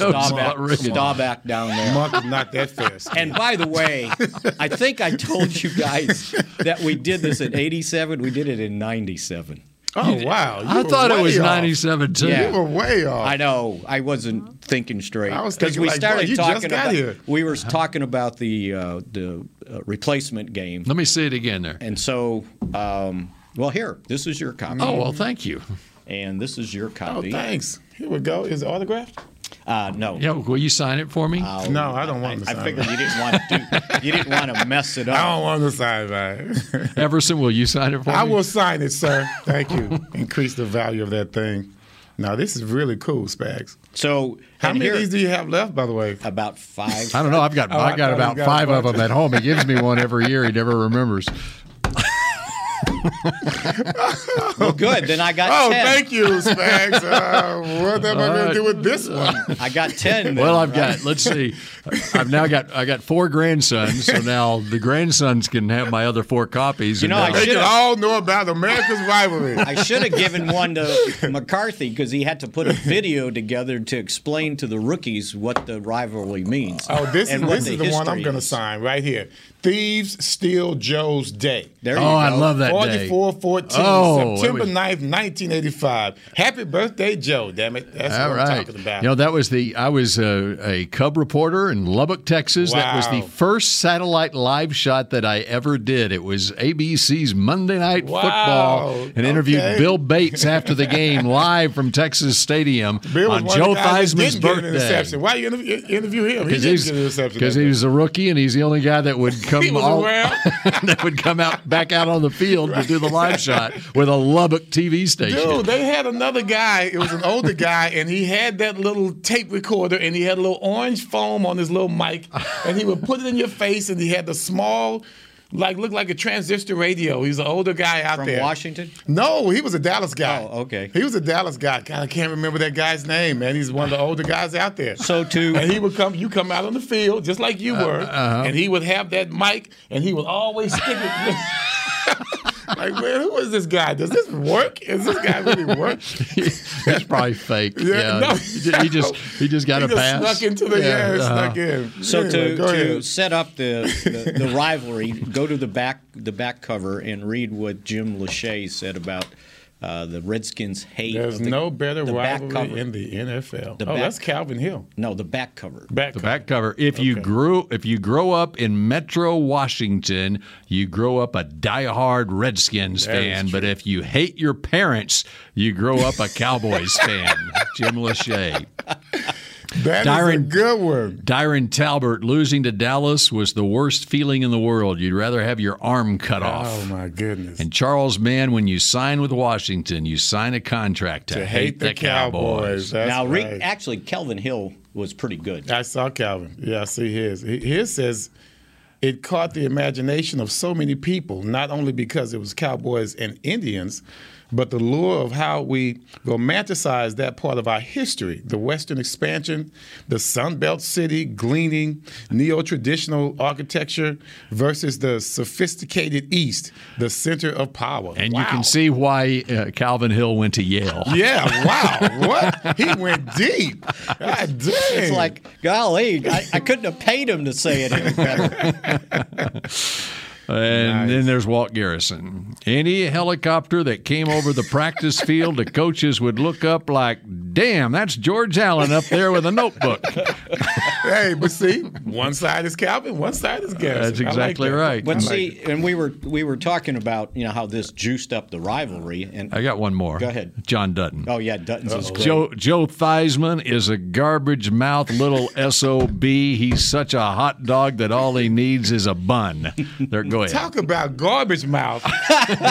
E: knows
F: Monk.
E: Not
G: Staubach,
E: Riggins.
G: Staubach down there.
F: Monk is not that fast.
G: And by the way, I think I told you guys that we did this in 87. We did it in 97.
F: oh wow! You
E: I
F: were
E: thought it
F: way
E: was
F: off.
E: 97 too.
G: Yeah.
F: You were way off.
G: I know. I wasn't thinking straight.
F: I was
G: 'Cause
F: thinking
G: we
F: like, boy,
G: started
F: you just
G: talking
F: got
G: about
F: here.
G: we were talking about the uh, the uh, replacement game,
E: Let me see it again there.
G: and so um, well here this is your copy,
E: Oh, well, thank you.
G: and this is your
F: Oh,
G: copy.
F: thanks. Here we go. Is it autographed?
G: uh, no,
E: Yeah, will you sign it for me?
F: No, I don't want to
G: Oh. I
F: sign.
G: figured
F: it.
G: you didn't want to do, you didn't want to mess it
F: I
G: up.
F: don't want to sign that.
E: Everson, will you sign it for me?
F: I will sign it, sir. Thank you. Increase the value of that thing. Now this is really cool, Spags.
G: So
F: How
G: and
F: many
G: here-
F: of these do you have left, by the way?
G: about five.
E: I don't know. I've got
F: Oh, I
E: I got
F: thought you
E: about
F: got a
E: five of
F: bunch.
E: them at home. He gives me one every year. He never remembers.
G: Well, good. Then I got
F: Oh,
G: 10.
F: thank you, Spags. Uh, what am I going to do with this one?
G: I got 10. then,
E: Well, I've
G: right?
E: got. Let's see. I've now got. I got four grandsons. So now the grandsons can have my other four copies.
G: You know,
E: and now-
F: They
G: Should've-
F: can all know about America's rivalry.
G: I should have given one to McCarthy because he had to put a video together to explain to the rookies what the rivalry means.
F: Oh, this is
G: and what
F: this is the one I'm
G: history
F: going to
G: is.
F: sign right here. Thieves steal Joe's day.
G: There you
E: oh, I
G: go.
E: love that day.
F: 44 14,
E: Oh,
F: September
E: it was-
F: 9th, 1985. Happy birthday, Joe, damn it. That's
E: All
F: what
E: right.
F: I'm talking about.
E: You know, that was the I was a, a Cub reporter in Lubbock, Texas. That was the
F: Wow.
E: first satellite live shot that I ever did. It was ABC's Monday Night
F: Wow.
E: Football, and interviewed
F: Okay.
E: Bill Bates after the game live from Texas Stadium
F: Bill was
E: on
F: one of
E: Joe
F: the guys that
E: Theismann's
F: didn't get an
E: birthday.
F: interception. Why you interview, interview him? He
E: Because
F: didn't
E: he's,
F: get an interception.
E: 'cause he was a rookie, and he's the only guy that would come
F: He was
E: all,
F: around.
E: that would come out back out on the field to do the live shot with a Lubbock TV station.
F: Dude, they had another guy. It was an older guy, and he had that little tape recorder, and he had a little orange foam on his little mic, and he would put it in your face, and he had the small, like looked like a transistor radio. He's an older guy out
G: From
F: there.
G: Washington?
F: No, he was a Dallas guy.
G: Oh, okay.
F: He was a Dallas guy. God, I can't remember that guy's name, man. He's one of the older guys out there.
G: So too-
F: And he would come. You come out on the field just like you were, and he would have that mic, and he would always stick it. Like, man, who is this guy? Does this work? Is this guy really work?
E: He's probably fake. Yeah,
F: Yeah, no.
E: he just he just got
F: he
E: a pass.
F: Snuck into the yeah, it
E: uh-huh.
F: snuck in.
G: So
F: Anyway,
G: to,
F: go
G: to
F: ahead.
G: set up the, the, the rivalry, go to the back the back cover and read what Jim Lachey said about uh, the Redskins hate.
F: There's
G: of the-
F: no better
G: the back cover.
F: rivalry in the NFL.
G: The
F: oh,
G: back-
F: that's Calvin Hill.
G: No, the back cover.
F: Back
E: The back cover. If you grew, if you grow up in Metro Washington, you grow up a diehard Redskins
F: That is
E: fan.
F: true.
E: But if you hate your parents, you grow up a Cowboys fan. Jim Lachey.
F: That is a
E: Dyron-
F: good one.
E: Dyron Talbert losing to Dallas was the worst feeling in the world. You'd rather have your arm cut off.
F: Oh my goodness.
E: And Charles Mann, when you sign with Washington, you sign a contract to,
F: to hate the, Cowboys. That's
G: now, Re-
F: right.
G: actually, Kelvin Hill was pretty good.
F: I saw Calvin. Yeah, I see his. He- His says it caught the imagination of so many people, not only because it was Cowboys and Indians, but the lure of how we romanticize that part of our history the Western expansion, the Sun Belt city, gleaning, neo traditional architecture versus the sophisticated East, the center of power.
E: And you
F: Wow.
E: can see why uh, Calvin Hill went to Yale.
F: Yeah, wow. what? He went deep. God dang.
G: It's like, golly, I, I couldn't have paid him to say it any better.
E: And then there's Walt Garrison. Any helicopter that came over the practice field, the coaches would look up like, damn, that's George Allen up there with a notebook.
F: hey, but see, one side is Calvin, one side is Garrison.
E: That's
F: I like
E: exactly
F: that.
E: right.
G: But see, and we were we were talking about you know how this juiced up the rivalry, and
E: I got one more.
G: Go ahead.
E: John Dutton.
G: oh yeah, Dutton's is great.
E: Joe Joe Theismann is a garbage mouth little sob. He's such a hot dog that all he needs is a bun. There, go ahead.
F: Talk about garbage mouth.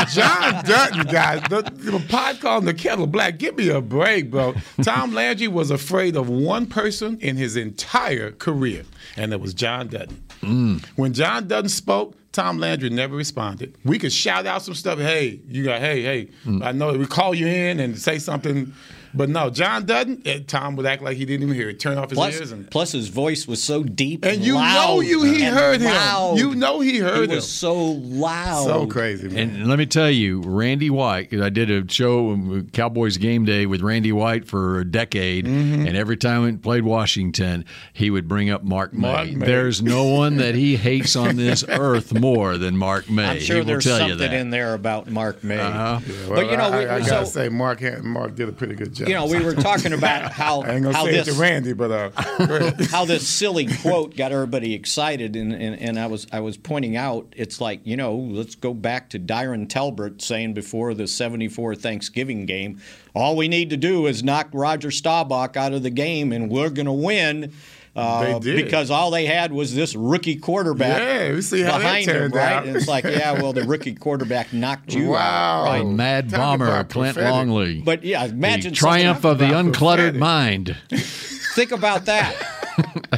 F: John Dutton, guys, the, the pot calling the kettle black. Give me a break, bro. Tom Landry was afraid of one person in his entire career, and it was John Dutton.
G: Mm.
F: When John Dutton spoke, Tom Landry never responded. We could shout out some stuff. Hey, you got, hey, hey,
G: Mm.
F: I know we call you in and say something. But no, John Dutton, eh, Tom would act like he didn't even hear it. Turn off his ears
G: Plus,
F: and
G: plus his voice was so deep and,
F: And you know
G: loud
F: you he
G: and
F: heard him.
G: loud.
F: You know he heard
G: It
F: him.
G: was so loud.
F: So crazy, man.
E: And let me tell you, Randy White, 'cause I did a show, um, Cowboys Game Day, with Randy White for a decade.
G: Mm-hmm.
E: And every time he played Washington, he would bring up Mark May.
F: Mark May.
E: There's no one that he hates on this earth more than Mark May.
G: I'm
E: he
G: sure
E: will
G: there's
E: tell you
G: something
E: that. Uh-huh.
G: in there about Mark May.
F: Well,
G: but you know,
F: I,
G: we,
F: I, I
G: so,
F: gotta say, Mark Han- Mark did a pretty good job.
G: you know, we were talking about how
F: I ain't gonna
G: how
F: say
G: this
F: it to Randy, but uh, go ahead.
G: how this silly quote got everybody excited, and, and, and I was I was pointing out it's like you know let's go back to Dyron Talbert saying before the '74 Thanksgiving game, all we need to do is knock Roger Staubach out of the game, and we're gonna win. Uh,
F: They did.
G: Because all they had was this rookie quarterback
F: Yeah, we see how that
G: behind him,
F: turned
G: right?
F: out.
G: And it's like, yeah, well, the rookie quarterback knocked you out.
F: Wow.
G: Right.
E: A mad
F: Talk
E: bomber,
F: about
E: Clint
F: prophetic.
E: Longley.
G: But yeah, imagine
E: the triumph
G: something-
E: of the
F: about
E: uncluttered
F: prophetic.
E: mind.
G: Think about that.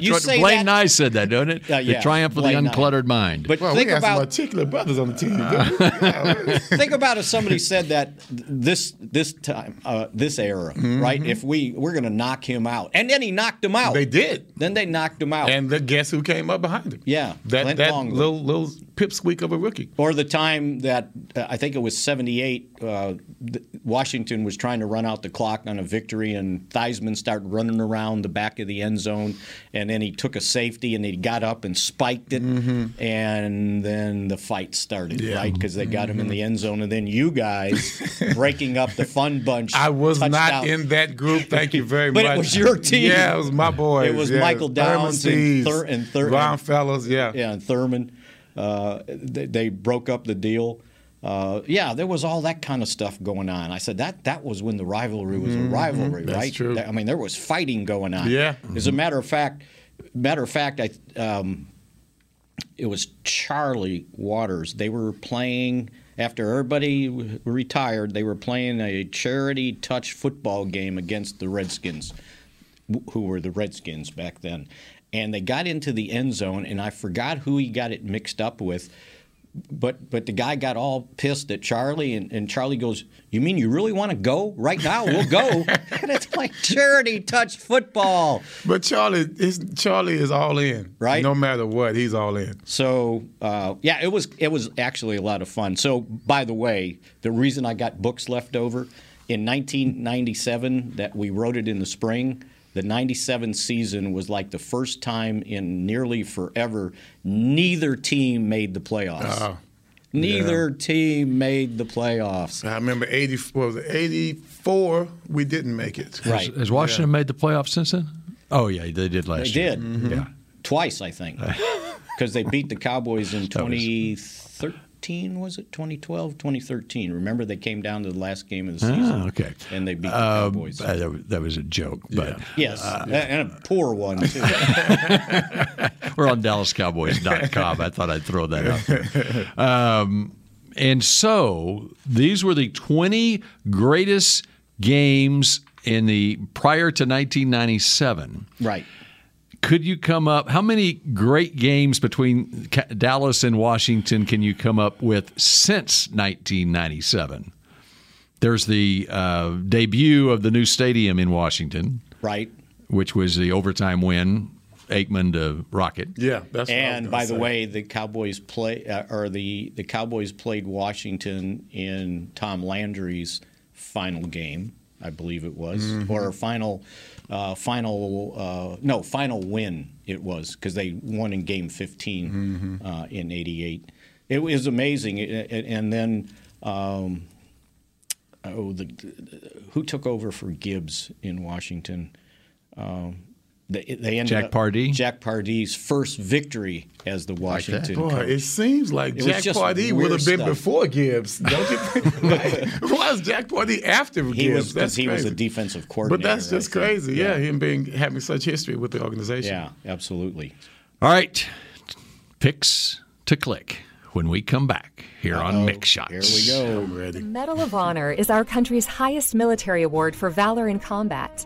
G: you
E: That's what Blaine Nye said that, don't it?
G: Yeah, yeah,
E: The triumph
G: Blaine
E: of the
G: Nye.
E: uncluttered mind.
G: But
F: well,
G: think
F: we got some
G: about Uh,
F: articulate brothers on the team. don't we? Yeah.
G: think about if somebody said that th- this this time uh, this era, right? If we we're going to knock him out, and then he knocked him out.
F: Mm-hmm. they did.
G: Then they knocked him out.
F: And the, guess who came up behind him?
G: Yeah,
F: that
G: Clint
F: that
G: Longley.
F: little little pipsqueak of a rookie.
G: or the time that uh, I think it was '78, uh, th- Washington was trying to run out the clock on a victory, and Theismann started running around the back of the end zone, and then he took a safety and he got up and spiked it,
F: Mm-hmm.
G: and then the fight started, right? Because they got him in
F: Mm-hmm.
G: the end zone, and then you guys breaking up the fun bunch.
F: I was
G: touched
F: not
G: out.
F: in that group. Thank you very
G: But it
F: much.
G: was your team.
F: Yeah, it was my boys.
G: It was
F: yes.
G: Michael
F: Thurman
G: Downs and
F: Steves,
G: Thur- and Thur-
F: Ron Fellows. Yeah.
G: yeah, and Thurman. Uh, they, they broke up the deal. Uh, yeah, there was all that kind of stuff going on. I said that that was when the rivalry was a rivalry, right?
F: Mm-hmm. true.
G: I mean, there was fighting going on.
F: Yeah.
G: As a matter of fact, matter of fact, I um, it was Charlie Waters. They were playing after everybody w- retired. They were playing a charity touch football game against the Redskins, w- who were the Redskins back then. And they got into the end zone, and I forgot who he got it mixed up with. But but the guy got all pissed at Charlie, and, and Charlie goes, "You mean you really want to go right now? We'll go." and it's like charity touch football.
F: But Charlie, is, Charlie is all in.
G: Right.
F: No matter what, he's all in.
G: So uh, yeah, it was it was actually a lot of fun. So by the way, the reason I got books left over in 1997 that we wrote it in the spring. The 97 season was like the first
K: Oh.
G: time in nearly forever neither team made the playoffs. Neither team made the playoffs.
F: I remember 80, what was it, 84, we didn't make it.
G: Right.
E: Has Washington made the playoffs since then? Oh yeah, they did
G: They
E: last year.
G: did. Mm-hmm. Twice, I think. Because they beat the Cowboys in 2013, was it? 2012, 2013. Remember, they came down to the last game of the season.
K: Ah, okay.
G: And they beat the
K: Uh,
G: Cowboys.
K: uh, that, was- that was a joke, but
G: yes. And a poor one, too.
E: We're on DallasCowboys.com. I thought I'd throw that out there. Um, and so these were the 20 greatest games in the prior to 1997.
G: right.
E: Could you come up? How many great games between Ca- Dallas and Washington can you come up with since 1997? There's the uh, debut of the new stadium in Washington,
G: Right.
E: which was the overtime win, Aikman to Rocket.
F: Yeah, that's
G: and
F: what I
G: by
F: was
G: the
F: gonna say.
G: way, the Cowboys play uh, or the the Cowboys played Washington in Tom Landry's final game, I believe it was,
F: Mm-hmm.
G: or final uh, final uh, no final win it was because they won in Game 15
F: Mm-hmm.
G: uh, in '88. It was amazing, It- it- and then. Um, Oh, the, who took over for Gibbs in Washington? Um, They, they ended
E: Jack
G: up-
E: Pardee?
G: Jack Pardee's first victory as the Washington.
F: Boy,
G: coach.
F: it seems like
G: It was
F: Jack
G: just
F: Pardee would
G: weird
F: have been
G: stuff.
F: before Gibbs. Don't you think? Like, why is Jack Pardee after
G: He
F: Gibbs?
G: was because
F: That's
G: he was
F: crazy.
G: a defensive coordinator.
F: But that's
G: I
F: just
G: think.
F: crazy. Yeah. him being having such history with the organization.
G: Yeah, absolutely.
E: All right, picks to click when we come back here on Mix Shots.
G: Here we go.
F: Ready.
L: Medal of Honor is our country's highest military award for valor in combat.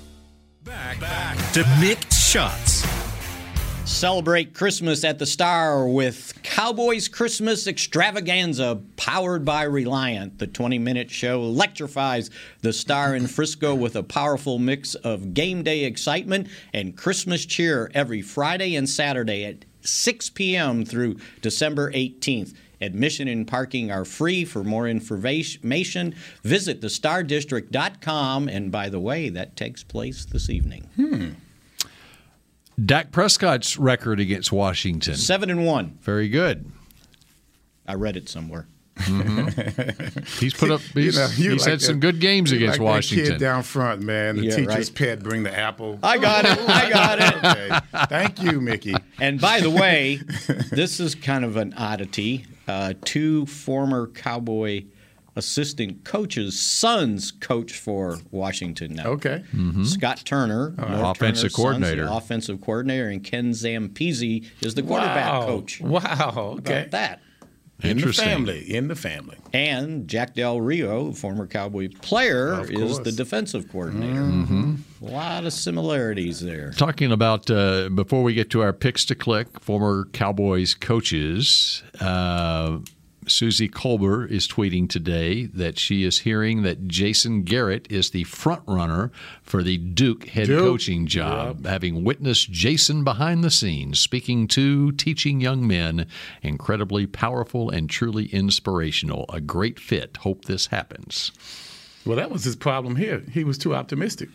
C: To Mix Shots.
G: Celebrate Christmas at the Star with Cowboys Christmas Extravaganza powered by Reliant. The 20 minute show electrifies the Star in Frisco with a powerful mix of game day excitement and Christmas cheer every Friday and Saturday at 6 p.m. through December 18th. Admission and parking are free. For more information, visit thestardistrict.com. And by the way, that takes place this evening.
E: Dak Prescott's record against Washington.
G: Seven and one.
E: Very good.
G: I read it somewhere.
E: He's put up.
F: You
E: He's,
F: know, you
E: he's
F: like
E: had
F: that-
E: some good games
F: you
E: against
F: like That
E: Washington.
F: kid down front, man. The
G: Yeah,
F: teacher's
G: right.
F: pet bring the apple.
G: I got it. I got
F: it. Thank you, Mickey.
G: And by the way, this is kind of an oddity. Uh, two former Cowboy assistant coaches' sons coach for Washington now.
F: Okay.
G: Scott Turner,
E: All
G: North
E: right. Mm-hmm. Offensive
G: Turner's
E: coordinator.
G: Son's the offensive coordinator, and Ken Zampezi is the quarterback
F: Wow.
G: coach.
F: Wow. Okay.
G: About that.
F: In the family. In the family.
G: And Jack Del Rio, former Cowboy player, is the defensive coordinator.
E: Mhm.
G: A lot of similarities there.
E: Talking about uh, before we get to our picks to click, former Cowboys coaches. Uh, Susie Kolber is tweeting today that she is hearing that Jason Garrett is the front runner for the Duke head
F: Duke.
E: coaching job, having witnessed Jason behind the scenes speaking to, teaching young men, incredibly powerful and truly inspirational. A great fit. Hope this happens.
F: Well, that was his problem here. He was too optimistic.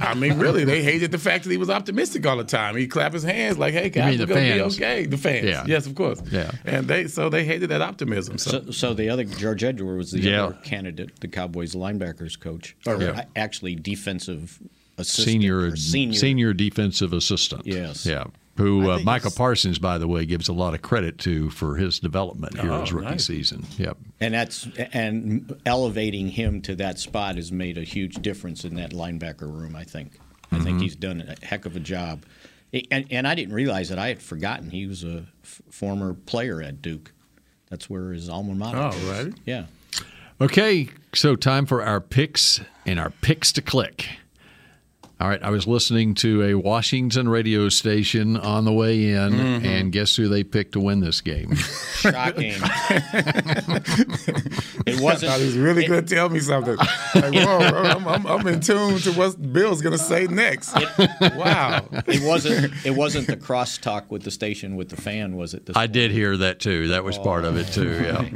F: I mean, really, they hated the fact that he was optimistic all the time. He clapped his hands like, "Hey, guys,
G: mean
F: we're
G: the
F: gonna be
G: fans?
F: okay." The fans,
G: Yeah.
F: yes, of course.
G: Yeah.
F: and they so they hated that optimism. So,
G: So, so the other George Edward was the
F: Yeah.
G: other candidate, the Cowboys linebackers coach,
E: Oh,
G: or
E: yeah.
G: actually defensive assistant,
E: senior,
G: or senior,
E: senior defensive assistant.
G: Yes.
E: Yeah. Who uh, Michael Parsons, by the way, gives a lot of credit to for his development here
G: Oh,
E: his rookie
G: nice.
E: season. Yep.
G: and that's and elevating him to that spot has made a huge difference in that linebacker room. I think. I think
E: Mhm.
G: he's done a heck of a job, and and I didn't realize that I had forgotten he was a f- former player at Duke. That's where his alma mater.
F: Oh,
G: is.
F: right.
G: Yeah.
E: Okay, so time for our picks and our picks to click. All right, I was listening to a Washington radio station on the way in,
F: Mhm.
G: Mm-hmm.
E: and guess who they picked to win this game?
G: Shocking. it wasn't.
F: I thought he was really
G: it-
F: going to tell me something. Like, whoa, I'm, I'm, I'm in tune to what Bill's going to say next. wow.
G: It wasn't. It wasn't the crosstalk with the station with the fan, was it? This
E: I did hear that too. That was part of it too. Yeah,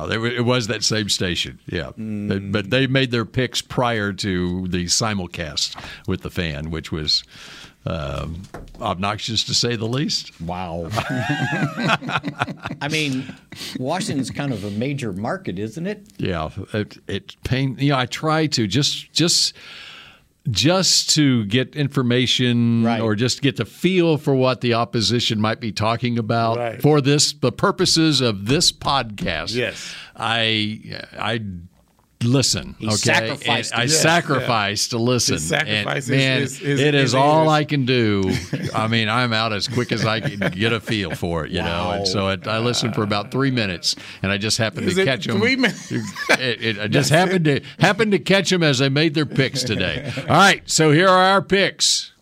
E: yeah. There wa- it was that same station. Yeah, But- but they made their picks prior to the simulcast with the fan, which was um, obnoxious to say the least.
G: Wow. I mean, Washington's kind of a major market, isn't it?
E: Yeah, it, it pain. You know, I try to just just just to get information or just get the feel for what the opposition might be talking about
F: Right.
E: for this the purposes of this podcast.
F: Yes.
E: I I listen.
F: He
E: okay,
F: sacrificed
E: And I
F: it. Yes,
E: sacrifice to listen.
F: He sacrificed
E: and,
F: his-
E: man,
F: his- his-
E: it is
F: his
E: all
F: ears.
E: I can do. I mean, I'm out as quick as I can get a feel for it, you know.
F: Wow.
E: And so it, I listened for about three minutes, and I just happened
F: Is
E: to
F: it
E: catch them.
F: three minutes?
E: It, it, I just happened to happened to catch them as they made their picks today. All right, so here are our picks.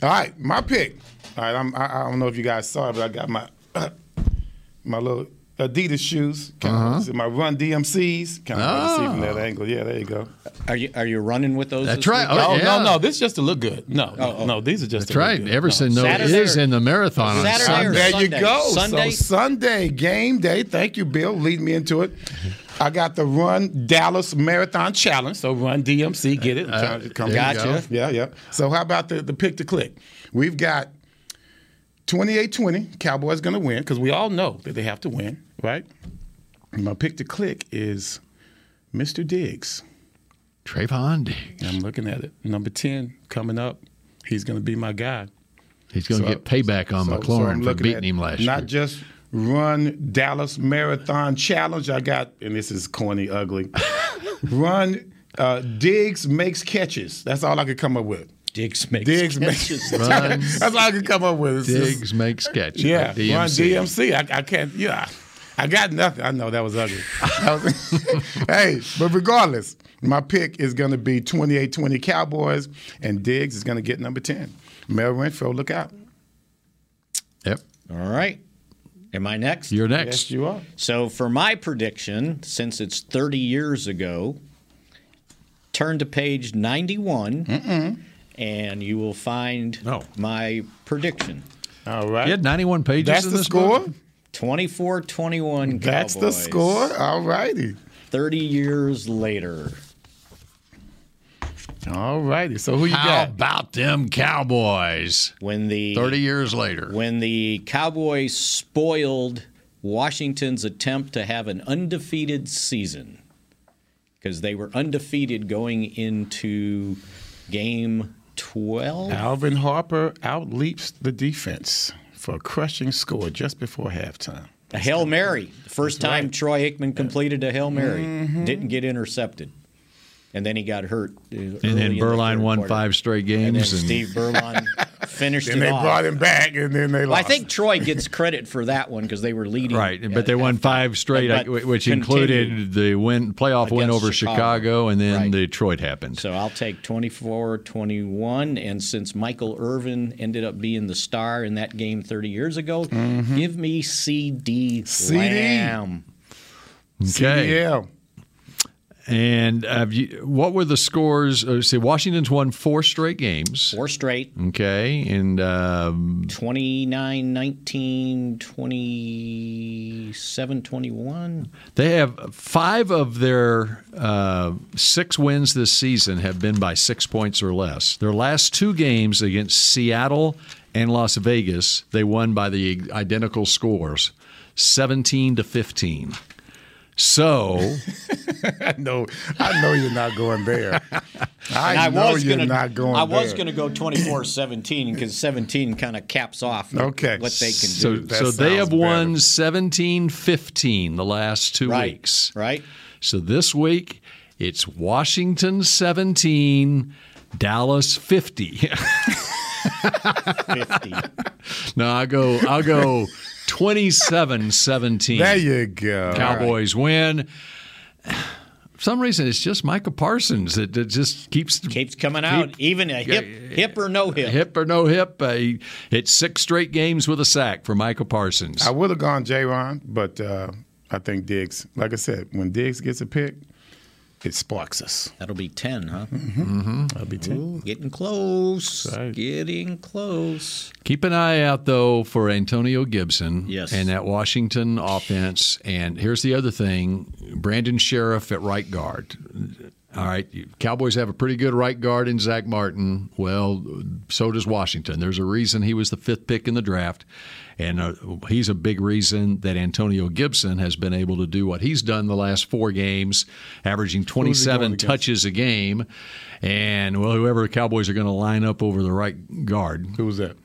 F: All right, my pick. All right, I'm, I, I don't know if you guys saw it, but I got my my little Adidas shoes. Kind of,
G: Uh-huh.
F: this is My Run DMCs. Kind of hard to see
G: Oh.
F: from that angle. Yeah, there you go.
G: Are you are you running with those? this week?
F: No, no, no. This is just to look good. No, no, no. These are just
E: Oh, That's
F: to look
E: right.
F: good.
E: Everson no,
F: Saturday
E: is
F: or-
E: in the marathon on
F: Saturday
E: Sunday.
F: or There you go.
G: Sunday?
F: So Sunday game day. Thank you, Bill. Lead me into it. I got the Run Dallas Marathon Challenge. So Run DMC, get it?
E: Uh,
F: I'm trying to come-
G: there you Gotcha. go.
F: Yeah, yeah. So how about the the pick to click? We've got 28-20. Cowboys going to win because we all know that they have to win, right? And my pick to click is Mr. Diggs.
E: Trayvon Diggs.
F: I'm looking at it. Number 10 coming up. He's going to be my guy.
E: He's going to
F: So-
E: get payback on
F: so- so I'm
E: McLaurin for
F: looking
E: beating
F: at
E: him last
F: not
E: year.
F: just run Dallas Marathon Challenge. I got, and this is corny, ugly. run uh, Diggs makes catches. That's all I could come up with.
G: Diggs makes
F: Diggs
G: catches.
F: Makes,
E: Run
F: that's all I could come up with. It's just-
E: Diggs uh, makes catch.
F: yeah,
E: at
F: run
E: DMC.
F: DMC. I, I can't. Yeah, I got nothing. I know that was ugly. That was- hey, but regardless, my pick is going to be 28-20 Cowboys, and Diggs is going to get number ten. Mel Renfro, look out.
E: Yep.
G: All right. Am I next?
E: You're next. Yes,
F: you are.
G: So for my prediction, since it's 30 years ago, turn to page 91, and you will find my prediction.
F: All right.
E: You had 91 pages
G: That's
E: in
G: the
E: this
G: score?
E: book?
G: 24 21
F: That's the score? All righty.
G: 30 years later.
F: All righty. So who you
E: How
F: got?
E: about them Cowboys?
G: When the
E: 30 years later.
G: When the Cowboys spoiled Washington's attempt to have an undefeated season because they were undefeated going into game 12.
F: Alvin Harper outleaps the defense for a crushing score just before halftime.
G: A Hail Mary. The first time Troy Aikman completed a Hail Mary.
F: Mm-hmm.
G: Didn't get intercepted. And then he got hurt. uh, And
E: And then Berline won five straight games.
G: Steve Berline finished
F: then
G: it
F: they
G: off.
F: brought him back, and then they
G: Well, I
F: lost.
G: think Troy gets credit for that one because they were leading. Right,
E: but they won five straight,
G: But
E: uh, which
G: continued
E: included the win playoff win
G: against
E: over Chicago,
G: Chicago.
E: and then
G: Right.
E: Detroit happened.
G: So I'll take 24 21. And since Michael Irvin ended up being the star in that game 30 years ago,
F: Mm-hmm.
G: give me CD, Lamb.
E: Okay.
F: Yeah.
E: And have you, what were the scores? Uh, see, Washington's won four straight games.
G: Four straight.
E: Okay, and um,
G: 29 19, 27 21.
E: They have five of their uh, six wins this season have been by six points or less. Their last two games against Seattle and Las Vegas, they won by the identical scores, seventeen to fifteen. So
F: I know, I know you're not going there. I,
G: And
F: know you're
G: gonna,
F: not going.
G: I was
F: there.
G: going to go 24 17 because 17 kind of caps off
E: Okay.
G: what they can
E: so,
G: do.
E: so they have won 17-15 the last two
G: Right,
E: weeks.
G: Right.
E: So this week it's Washington 17, Dallas 50.
G: 50.
E: No, I go I'll go 27-17.
F: There you go.
E: Cowboys win. For some reason it's just Micah Parsons that, that just keeps
G: keeps coming out, even a hip, hip or no hip.
E: Hip or no hip, uh, he hits six straight games with a sack for Micah Parsons.
F: I would have gone J. Ron, but uh, I think Diggs. Like I said, when Diggs gets a pick, it sparks us.
G: That'll be ten, huh?
F: Mm-hmm. That'll be ten.
G: Ooh, getting close. Getting close.
E: Keep an eye out though for Antonio Gibson
G: Yes.
E: and that Washington offense. And here's the other thing: Brandon Sheriff at right guard. All right, you- Cowboys have a pretty good right guard in Zach Martin. Well, so does Washington. There's a reason he was the fifth pick in the draft, and uh, he's a big reason that Antonio Gibson has been able to do what he's done the last four games, averaging
F: going
E: 27
F: against?
E: touches a game. And well, whoever the Cowboys are going to line up over the right guard.
F: Who was that?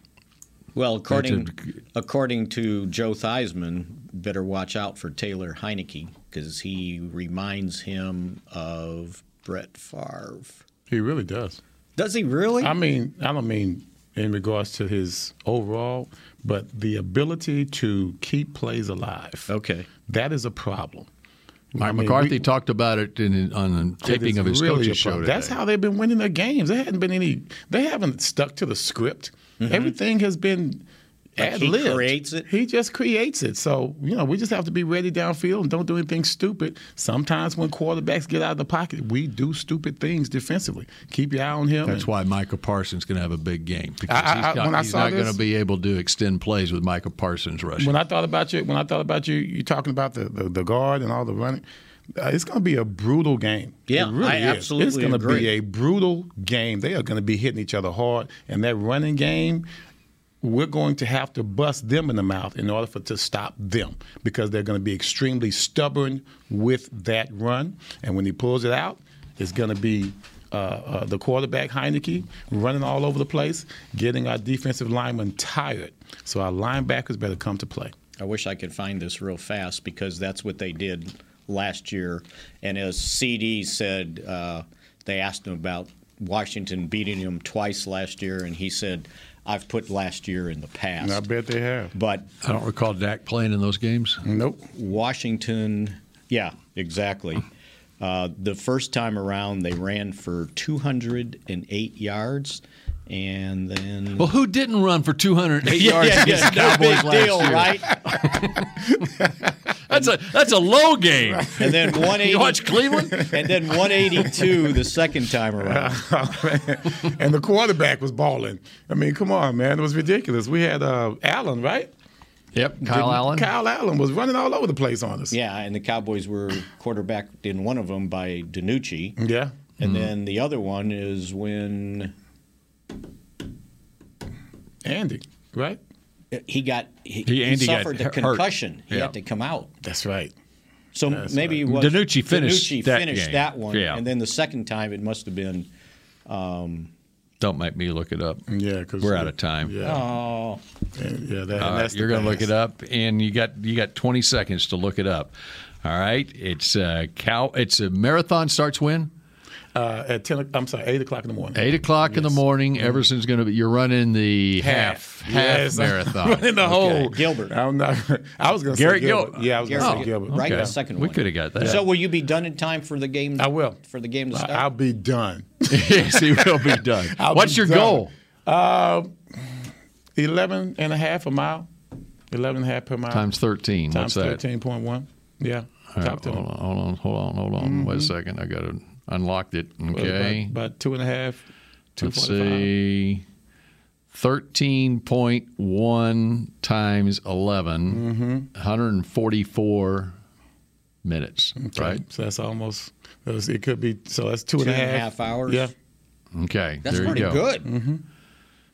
G: Well, according according to Joe Theismann, better watch out for Taylor Heineke because he reminds him of Brett Favre.
F: He really does.
G: Does he really?
F: I mean, I don't mean in regards to his overall, but the ability to keep plays alive.
G: Okay.
F: That is a problem.
E: Mike
F: I mean,
E: McCarthy
F: we-
E: talked about it in, on the
F: It
E: taping
F: is
E: of his
F: really a
E: coaches show
F: problem.
E: today.
F: That's how they've been winning their games. There hadn't been any. They haven't stuck to the script.
E: Mm-hmm.
F: Everything has been
G: Like
F: ad
G: he
F: lib.
G: creates it?
F: He just creates it. So you know, we just have to be ready downfield and don't do anything stupid. Sometimes when quarterbacks get out of the pocket, we do stupid things defensively. Keep your eye on him.
E: That's
F: and-
E: why Michael Parsons going to have a big game because
F: I-
E: he's
F: I-
E: not,
F: when I
E: he's
F: saw
E: not going to
F: this-
E: be able to extend plays with Michael Parsons rushing.
F: When I thought about you, when I thought about you, you talking about the, the, the guard and all the running. Uh, it's going to be a brutal game.
G: Yeah,
F: it really
G: I
F: is.
G: absolutely
F: It's gonna
G: agree.
F: be a brutal game. They are going to be hitting each other hard, and that running game, we're going to have to bust them in the mouth in order for to stop them because they're going to be extremely stubborn with that run, and when he pulls it out, it's going to be. Uh, uh, the quarterback Heineke running all over the place, getting our defensive linemen tired. So our linebackers better come to play.
G: I wish I could find this real fast because that's what they did last year. And as CD said, uh, they asked him about Washington beating him twice last year, and he said, "I've put last year in the past."
F: And I bet they have.
G: But
E: I don't recall Dak playing in those games.
F: Nope.
G: Washington, yeah, exactly. Uh, the first time around, they ran for 208 yards, and then
E: Well, who didn't run for 208 yards
G: Yeah, yeah,
E: against the
G: no
E: Cowboys
G: big
E: last
G: deal,
E: year?
G: right?
E: That's a that's a low game.
G: And then 180.
E: You watch Cleveland?
G: And then 182 the second time around.
F: and the quarterback was balling. I mean, come on, man, it was ridiculous. We had uh, Allen, right?
E: Yep,
G: Kyle
F: Didn't-
G: Allen.
F: Kyle Allen was running all over the place on us.
G: Yeah, and the Cowboys were quarterbacked in one of them by Danucci.
F: Yeah.
G: And
E: Mm-hmm.
F: Mhm.
G: then the other one is when
F: Andy, right?
G: He got he,
E: He-
G: he
E: Andy got
G: suffered
E: hurt.
G: the concussion. He
E: Yeah.
G: had to come out.
F: That's right.
G: So
F: That's
G: maybe
F: right.
G: it was,
E: Danucci finished
G: Danucci
E: that
G: finished
E: game.
G: that one,
E: Yeah.
G: and then the second time it must have been. Um,
E: Don't make me look it up.
F: Yeah, because
E: we're out of time.
G: Oh,
F: And, yeah, that,
E: All
F: and
E: right,
F: that's
E: Uh,
F: the
E: you're going to look
F: past.
E: it up, and you got you got 20 seconds to look it up. All right, it's uh, cow. It's a marathon starts when
F: uh, at ten. o- I'm sorry, eight o'clock in the morning.
E: Eight o'clock in the morning. Everson's going to be. You're running the half half,
F: Yes, I'm
E: marathon.
F: running the whole
G: Gilbert.
F: I'm not. I was going to say
E: Garrett
F: Gilbert.
E: Gilbert.
F: Yeah, I was going to
E: Oh,
F: say Gilbert.
G: Right,
F: yeah.
G: the second
E: We
G: one.
E: could have got that.
G: So will you be done in time for the game? I
F: will
G: for the game to start.
F: I'll be done.
E: yes, he will be done.
F: I'll
E: What's
F: be
E: your
F: done.
E: goal?
F: Uh, 11 and a half a mile. 11 and a half per mile.
E: Times thirteen.
F: Times
E: What's that?
F: 13.1. Yeah.
E: All right,
F: Top ten.
E: hold, on, hold on, hold on, hold on. Wait a second. I got to unlocked it.
F: Mm-hmm. Well,
E: Okay.
F: About, about two and a half,
E: Let's
F: 2.5.
E: see. 13.1 times 11,
F: Mm-hmm.
E: 144 minutes, right?
F: So that's almost, that's- it could be, so that's two
G: Two
F: and a half
G: and a half hours.
F: Yeah.
E: Okay.
G: That's
E: there
G: pretty
E: you go.
G: good.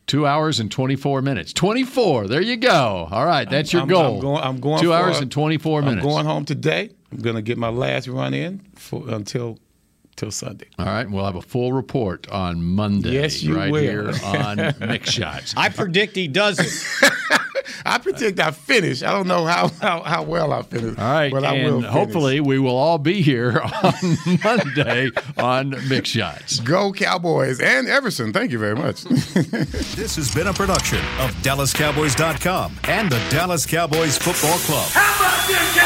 E: Two hours and 24 minutes. 24. There you go. All right. That's your goal.
F: I'm going, I'm going
E: Two
F: for
E: hours
F: it.
E: and 24 minutes.
F: I'm going home today. I'm going to get my last run in for, until till Sunday.
E: All right. We'll have a full report on Monday.
F: Yes, you
E: right
F: will.
E: here on Mix Shots.
G: I predict he does it.
F: I predict I finish. I don't know how, how, how well I finish.
E: All right,
F: but I
E: and
F: will finish.
E: hopefully we will all be here on Monday on Mix Shots.
F: Go Cowboys and Everson. Thank you very much.
A: This has been a production of DallasCowboys.com and the Dallas Cowboys Football Club.
M: How about them